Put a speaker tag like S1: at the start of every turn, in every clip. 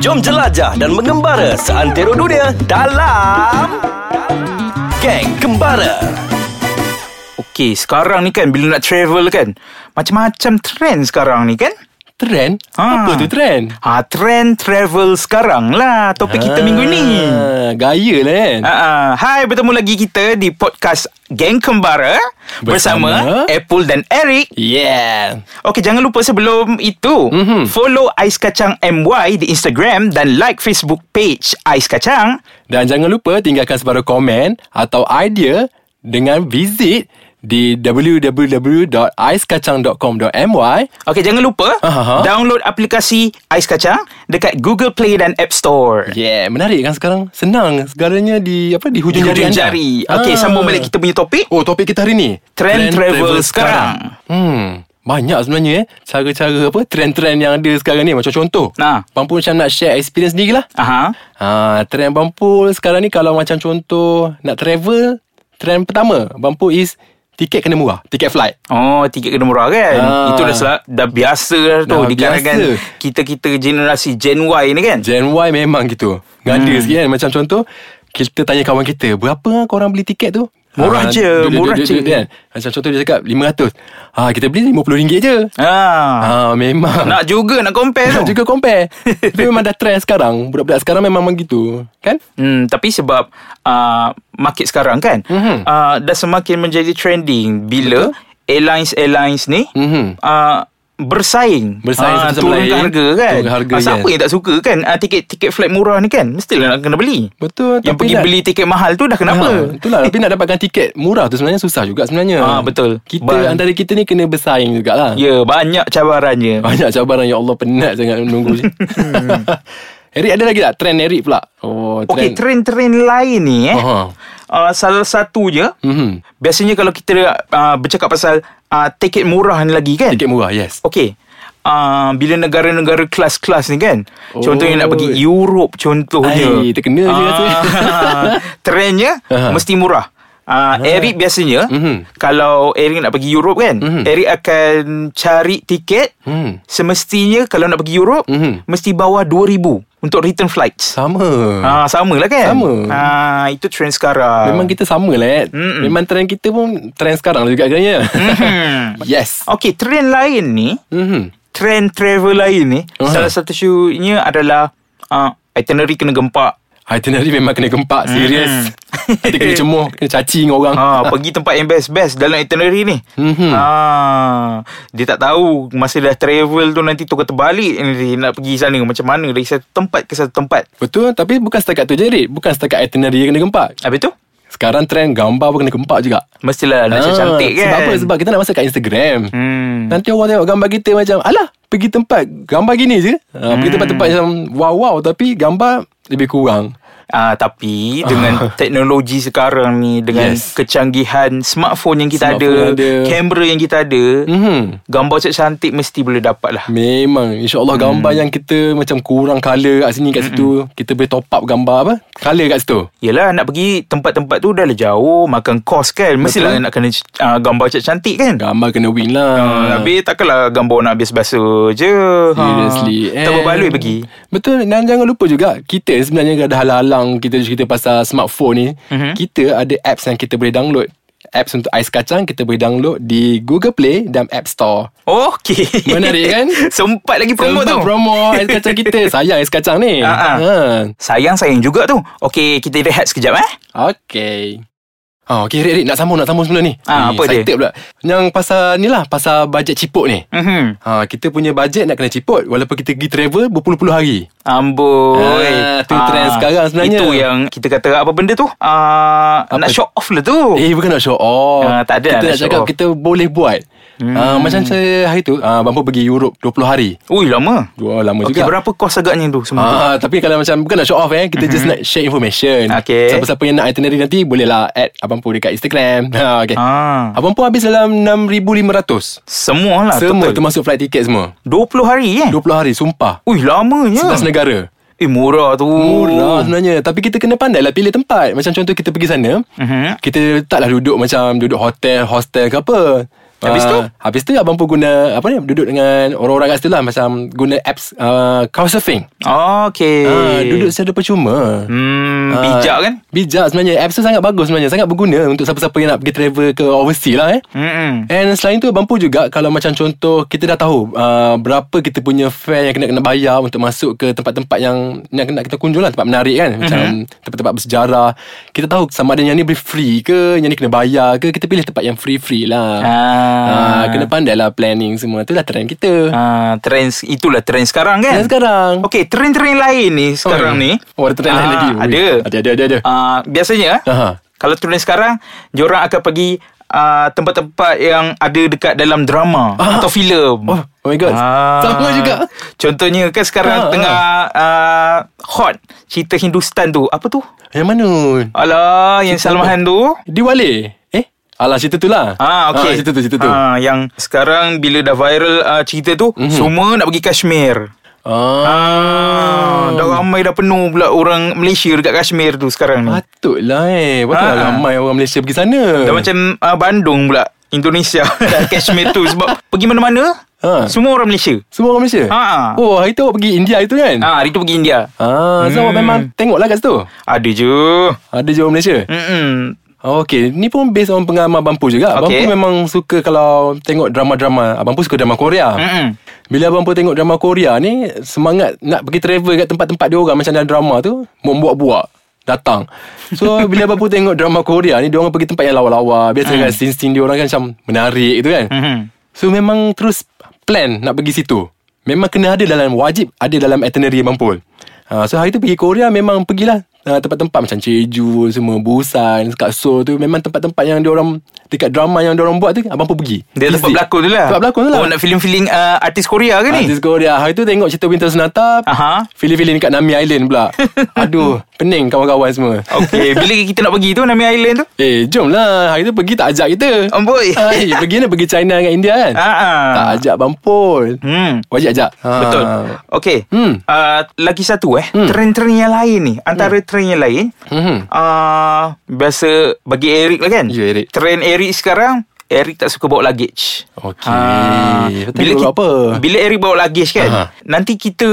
S1: Jom jelajah dan mengembara seantero dunia dalam Geng Kembara.
S2: Okey, sekarang ni kan bila nak travel kan, macam-macam trend sekarang ni kan?
S3: Trend?
S2: Ah.
S3: Apa tu trend?
S2: Ha, trend travel sekarang lah topik kita minggu ni.
S3: Ah, Gaya lah kan
S2: Ha, ah. hai bertemu lagi kita di podcast Geng Kembara bersama,
S3: Bersama
S2: Apple dan Eric.
S3: Yeah
S2: Okey, jangan lupa sebelum
S3: Mhm.
S2: itu, mm-hmm. follow Ais Kacang MY di Instagram dan like Facebook page Ais Kacang.
S3: Dan jangan lupa tinggalkan separuh komen Atau idea Dengan visit Di www.aiskacang.com.my
S2: Okey, jangan lupa
S3: Aha.
S2: download aplikasi Ais Kacang dekat Google Play dan App Store.
S3: Yeah, menarik kan sekarang? Senang, segalanya di apa di hujung, kan? Ah.
S2: Di hujung
S3: anda.
S2: jari. Okey, sambung balik kita punya topik.
S3: Oh, topik kita hari ni.
S2: Trend travel sekarang.
S3: Hmm, banyak sebenarnya eh cara-cara apa trend-trend yang ada sekarang ni macam contoh.
S2: Nah.
S3: Abang pun macam nak share experience sendiri lah.
S2: Aha.
S3: Ha, trend Bampul sekarang ni kalau macam contoh nak travel, trend pertama Bampul is tiket kena murah, tiket flight.
S2: Oh, tiket kena murah kan?
S3: Ah.
S2: Itu dah, sel- dah biasa dah
S3: Dah
S2: tu di kalangan
S3: biasa.
S2: kita-kita generasi Gen Y ni kan?
S3: Gen Y memang gitu. Ganda hmm. sikit kan macam contoh kita tanya kawan kita, berapa lah korang beli tiket tu? Ha,
S2: Murah je,
S3: duduk- duduk-
S2: murah
S3: duduk-
S2: je.
S3: duduk Kan? Macam contoh dia cakap RM500. Ha, kita beli RM50 je. Ha,
S2: Ah.
S3: memang.
S2: Nak juga nak compare
S3: Kan? Nak
S2: tu.
S3: juga compare Tapi memang dah trend sekarang Budak-budak sekarang memang begitu Kan?
S2: Hmm, tapi sebab uh, market sekarang kan mm-hmm.
S3: Mhm.
S2: uh, dah semakin menjadi trending bila airlines-airlines ni
S3: Mhm.
S2: mm-hmm. uh, bersaing
S3: Bersaing
S2: Ah,
S3: satu sama
S2: turunkan
S3: lain.
S2: harga kan
S3: Turunkan harga, ya.
S2: Ah, siapa
S3: yes.
S2: yang tak suka kan uh, tiket-tiket flight murah ni kan mestilah nak kena beli
S3: Betul,
S2: yang
S3: tapi kan?
S2: pergi
S3: nak-
S2: beli tiket mahal tu dah
S3: Ha,
S2: kenapa
S3: itulah Tapi nak dapatkan tiket murah tu sebenarnya Susah juga sebenarnya
S2: Ah, betul.
S3: Kita
S2: Ba-
S3: antara kita ni Kena bersaing jugalah
S2: ya banyak cabarannya
S3: Banyak cabaran Ya Allah penat sangat menunggu ni. Eric ada lagi tak? Trend Eric pula Oh
S2: Hmm. Okey,
S3: trend
S2: trend-trend lain ni eh.
S3: Aha.
S2: Uh, salah satu je.
S3: Mhm.
S2: Biasanya kalau kita uh, bercakap pasal uh, tiket murah ni lagi kan.
S3: Tiket murah yes
S2: Okey. Uh, bila negara-negara kelas-kelas ni kan oh.
S3: Oh.
S2: Contohnya nak pergi Europe Contohnya Ah,
S3: Ai, terkena je rasanya.
S2: Trendnya
S3: Aha.
S2: Mesti murah uh, Eric biasanya
S3: Mhm.
S2: Kalau Eric nak pergi Europe kan
S3: Mhm.
S2: Eric akan cari tiket
S3: Hmm.
S2: Semestinya Kalau nak pergi Europe
S3: Mhm.
S2: Mesti bawah 2000 Untuk return flights
S3: Sama
S2: Ah, sama lah kan?
S3: Sama.
S2: Ah, itu trend sekarang.
S3: Memang kita sama lah eh. Memang trend kita pun Trend sekarang lah juga agaknya
S2: Mhm.
S3: Yes
S2: Okey, trend lain ni,
S3: Mhm.
S2: trend travel lain ni,
S3: Ah.
S2: salah satunya adalah uh, itinerary kena gempak.
S3: Itinerary memang kena gempak Serius Kita kena cemuh Kena caci dengan orang
S2: Hmm. Ah, pergi tempat yang best-best dalam itinerary ni.
S3: Mhm.
S2: Ah, dia tak tahu masa dah travel tu nanti tukar terbalik nanti nak pergi sana macam mana dari satu tempat ke satu tempat.
S3: Betul Tapi bukan setakat tu je Rit Bukan setakat itinerary yang kena gempak
S2: Habis tu
S3: Sekarang trend gambar pun kena gempak juga
S2: mestilah nak
S3: Ah,
S2: cantik kan.
S3: Sebab apa? Sebab kita nak masuk kat Instagram
S2: hmm.
S3: Nanti orang tengok gambar kita macam Alah pergi tempat gambar gini je ha,
S2: Hmm.
S3: Pergi tempat-tempat macam wow-wow Tapi gambar lebih kurang
S2: Ah, tapi dengan teknologi sekarang ni dengan yes.
S3: Ah. Yes.
S2: kecanggihan smartphone yang kita
S3: Smartphone
S2: ada,
S3: ada.
S2: kamera yang kita ada,
S3: Mhm.
S2: gambar cantik mesti boleh dapat lah.
S3: Memang InsyaAllah
S2: Hmm.
S3: gambar yang kita Macam kurang colour kat sini kat situ Kita boleh top up gambar apa Colour kat situ
S2: Yelah nak pergi tempat-tempat tu dah lah jauh Makan kos kan Mestilah
S3: Betul.
S2: nak kena uh, gambar cantik kan
S3: Gambar kena win lah
S2: uh, Habis takkanlah gambar nak habis basa je
S3: Seriously Eh.
S2: ha. Tak
S3: And-
S2: berbaloi pergi
S3: Betul Dan jangan lupa juga Kita sebenarnya ada halang-halang Kita cerita pasal smartphone ni
S2: Mhm.
S3: Kita ada apps yang kita boleh download Apps untuk ais kacang Kita boleh download Di Google Play Dan App Store
S2: Okay
S3: Menarik kan?
S2: Sempat lagi promo
S3: Sebab
S2: tu
S3: promo ais kacang kita Sayang ais kacang ni
S2: Ah, ah. Sayang-sayang juga tu Okay kita rehat sekejap eh
S3: ha. Okay Ah, okay, Rik, Rik, nak sambung, nak sambung sebelum ni. Hmm,
S2: Ah, apa dia?
S3: excited pula. Yang pasal ni lah, pasal bajet ciput ni.
S2: mm-hmm.
S3: Ha, kita punya bajet nak kena ciput walaupun kita pergi travel berpuluh-puluh hari. Ah,
S2: Amboi
S3: tu trend sekarang sebenarnya.
S2: Itu yang kita kata Apa benda tu ah,
S3: Apa?
S2: Nak show off lah tu
S3: Eh bukan nak show off
S2: Ah, tak
S3: Kita
S2: ada lah
S3: nak
S2: nak show
S3: cakap
S2: off.
S3: kita boleh buat hmm. Macam saya hari tu uh, Bampu pergi Europe 20 hari
S2: Ui lama
S3: Wah lama
S2: Okey
S3: juga
S2: berapa kos agaknya tu semua tu?
S3: Ah, tapi kalau macam Bukan nak show off eh Kita just nak share information
S2: Hmm. Okay.
S3: Siapa-siapa yang nak itinerary nanti Bolehlah add Abang Pu dekat Instagram ha, okay.
S2: Ah.
S3: Abang Pu habis dalam 6,500
S2: Semua lah
S3: Semua
S2: total.
S3: termasuk flight ticket semua
S2: 20 hari eh
S3: 20 hari sumpah
S2: Ui lamanya
S3: 11 negara
S2: Eh murah tu
S3: Murah sebenarnya Tapi kita kena pandai lah Pilih tempat Macam contoh kita pergi sana
S2: Mhm.
S3: Kita taklah duduk macam Duduk hotel Hostel ke apa
S2: Habis tu?
S3: Ah, Habis tu abang pun guna apa ni duduk dengan orang-orang kat situ lah macam guna apps uh, Couchsurfing.
S2: Okay
S3: Ah, duduk secara percuma.
S2: Eh. Hmm
S3: Ah,
S2: Bijak kan
S3: Bijak sebenarnya. Apps tu sangat bagus sebenarnya. Sangat berguna untuk siapa-siapa yang nak pergi travel ke overseas lah eh.
S2: Hmm
S3: And selain tu Bampu juga Kalau macam contoh Kita dah tahu uh, Berapa kita punya fare Yang kena-kena bayar Untuk masuk ke tempat-tempat yang Yang kena kita kunjung lah Tempat menarik kan Macam
S2: Mhm.
S3: tempat-tempat bersejarah Kita tahu sama ada yang ni boleh free ke Yang ni kena bayar ke Kita pilih tempat yang free-free lah
S2: Ah.
S3: Ah, Kena pandai lah planning semua Itulah trend kita
S2: Ah, trend itulah trend sekarang kan.
S3: Dan sekarang
S2: Okey, trend-trend lain ni sekarang
S3: Oh.
S2: ni.
S3: Oh, ada trend lain
S2: Ah,
S3: lagi. Ui.
S2: Ada.
S3: Ada, ada, ada, ada.
S2: Ah, biasanya
S3: Aha.
S2: kalau trend sekarang, diorang akan pergi ah, tempat-tempat yang ada dekat dalam drama
S3: Ah.
S2: atau filem. Ah.
S3: Oh, oh my God. Sama juga.
S2: Contohnya kan sekarang
S3: Ah,
S2: tengah ah, hot cerita Hindustan tu. Apa tu?
S3: Yang mana
S2: Alah, yang
S3: Cerita
S2: Salman
S3: apa?
S2: Khan tu.
S3: Di Wale Eh Alah cerita tu lah
S2: Ah, okey.
S3: Cerita tu cerita tu Mhm.
S2: Ah, yang sekarang bila dah viral ah, cerita tu, mm-hmm. semua nak pergi Kashmir.
S3: ah.
S2: Ah, dah ramai dah penuh pula orang Malaysia dekat Kashmir tu sekarang ni.
S3: Patutlah eh Patutlah
S2: Ah.
S3: ramai orang Malaysia pergi sana
S2: Dah macam uh, Bandung pula, Indonesia dah Kashmir tu sebab pergi mana-mana
S3: Ha.
S2: semua orang Malaysia.
S3: Semua orang Malaysia
S2: Ha.
S3: Oh hari tu awak pergi India itu kan
S2: Ah, Hmm. hari tu pergi India.
S3: Ah, So awak memang tengoklah kat situ
S2: Ada je.
S3: Ada je orang Malaysia
S2: Hmm. Mm-mm.
S3: Okay Ni pun based on pengalaman Abang Pu juga Abang Pu
S2: Okey.
S3: memang suka Kalau tengok drama-drama Abang Pu suka drama Korea
S2: Mm-mm.
S3: Bila abang pun tengok drama Korea ni Semangat nak pergi travel kat tempat-tempat dia orang Macam dalam drama tu Membuat-buat Datang So bila abang pun tengok drama Korea ni dia orang pergi tempat yang lawa-lawa
S2: Hmm.
S3: Biasa kan scene-scene dia orang kan macam Menarik gitu kan
S2: Mhm.
S3: So memang terus plan nak pergi situ Memang kena ada dalam Wajib ada dalam itinerary abang pun ha, So hari tu pergi Korea memang pergilah ha, Tempat-tempat macam Jeju semua Busan Kat Seoul tu Memang tempat-tempat yang dia orang Dekat drama yang dia orang buat tu Abang pun pergi
S2: Dia tempat
S3: Visit.
S2: berlakon tu lah.
S3: Tempat berlakon tu lah
S2: Oh, nak feeling-feeling uh, artis Korea ke ni? Ah.
S3: Artis Korea Hari tu tengok cerita Winter Sonata
S2: Aha.
S3: Filin-filin kat Nami Island pula Aduh Pening kawan-kawan semua
S2: Okey, bila kita nak pergi tu Nami Island tu?
S3: Eh jom lah Hari tu pergi tak ajak kita
S2: Amboi.
S3: Hai, Pergi ni pergi China dengan India kan
S2: Ha ah.
S3: Tak ajak Bampol
S2: Hmm.
S3: Wajib ajak ha.
S2: Betul. Okey.
S3: Hmm.
S2: Uh, lagi satu eh, hmm. trend-trend yang lain ni, antara hmm. trend yang lain,
S3: Mhm.
S2: uh, biasa bagi Eric lah kan?
S3: Ya, Eric.
S2: Trend Eric sekarang Eric tak suka bawa luggage.
S3: Okey.
S2: Ah,
S3: Betul,
S2: bila
S3: bawa
S2: kita,
S3: apa?
S2: Bila Eric bawa luggage kan,
S3: Aha.
S2: nanti kita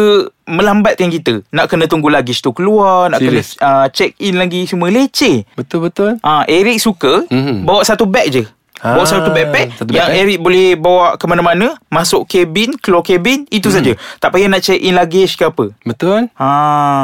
S2: melambatkan kita. Nak kena tunggu luggage tu keluar, nak
S3: Serious?
S2: kena uh, check in lagi semua leceh.
S3: Betul-betul
S2: Ah, Eric suka
S3: Mhm.
S2: mm-hmm. bawa satu beg je. Ah, bawa
S3: Ah,
S2: satu backpack
S3: satu
S2: satu yang
S3: backpack.
S2: Eric boleh bawa ke mana-mana, masuk kabin, keluar kabin,
S3: Mhm.
S2: itu mm. saja. Tak payah nak check in luggage ke apa.
S3: Betul
S2: Ha.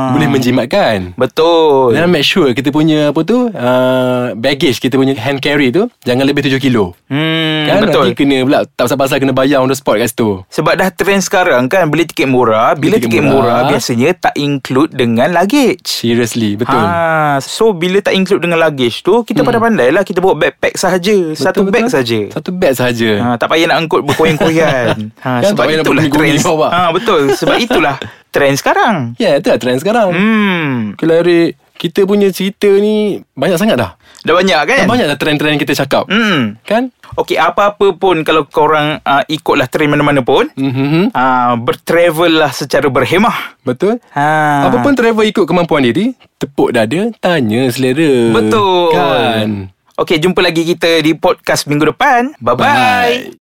S3: Boleh Kan? menjimatkan
S2: Betul.
S3: Dan make sure kita punya apa tu uh, Baggage kita punya hand carry tu Jangan lebih 7 kilo
S2: Hmm,
S3: Kan
S2: betul.
S3: nanti kena pula Tak pasal-pasal kena bayar on the spot kat situ
S2: Sebab dah trend sekarang kan beli tiket murah, bila
S3: Beli tiket
S2: tiket,
S3: murah,
S2: murah, biasanya tak include dengan luggage.
S3: Seriously Betul
S2: Ha, so bila tak include dengan luggage tu, kita hmm. pandai-pandai lah kita bawa backpack sahaja, satu
S3: Betul,
S2: bag
S3: betul.
S2: saja.
S3: Satu bag sahaja ha.
S2: Ha, tak payah nak angkut berkoyan-koyan. ha,
S3: Kan, tak
S2: sebab
S3: payah nak
S2: itulah
S3: bergumi-gumi
S2: trend.
S3: bawah.
S2: Ha, betul. Sebab itulah trend sekarang.
S3: Ya yeah, itulah trend sekarang hmm.
S2: Hmm.
S3: Kalau Eric Kita punya cerita ni Banyak sangat dah
S2: Dah banyak kan?
S3: Dah banyak dah trend-trend kita cakap hmm.
S2: Hmm.
S3: Kan
S2: Okey, apa-apa pun kalau korang uh, ikutlah trend mana-mana pun,
S3: mm-hmm.
S2: uh, bertravel lah secara berhemah.
S3: Betul ha.
S2: Ha.
S3: Apa pun travel ikut kemampuan diri Tepuk dada Tanya selera
S2: Betul.
S3: Kan
S2: Okey, jumpa lagi kita di podcast minggu depan. Bye-bye.
S3: Bye.
S2: Bye.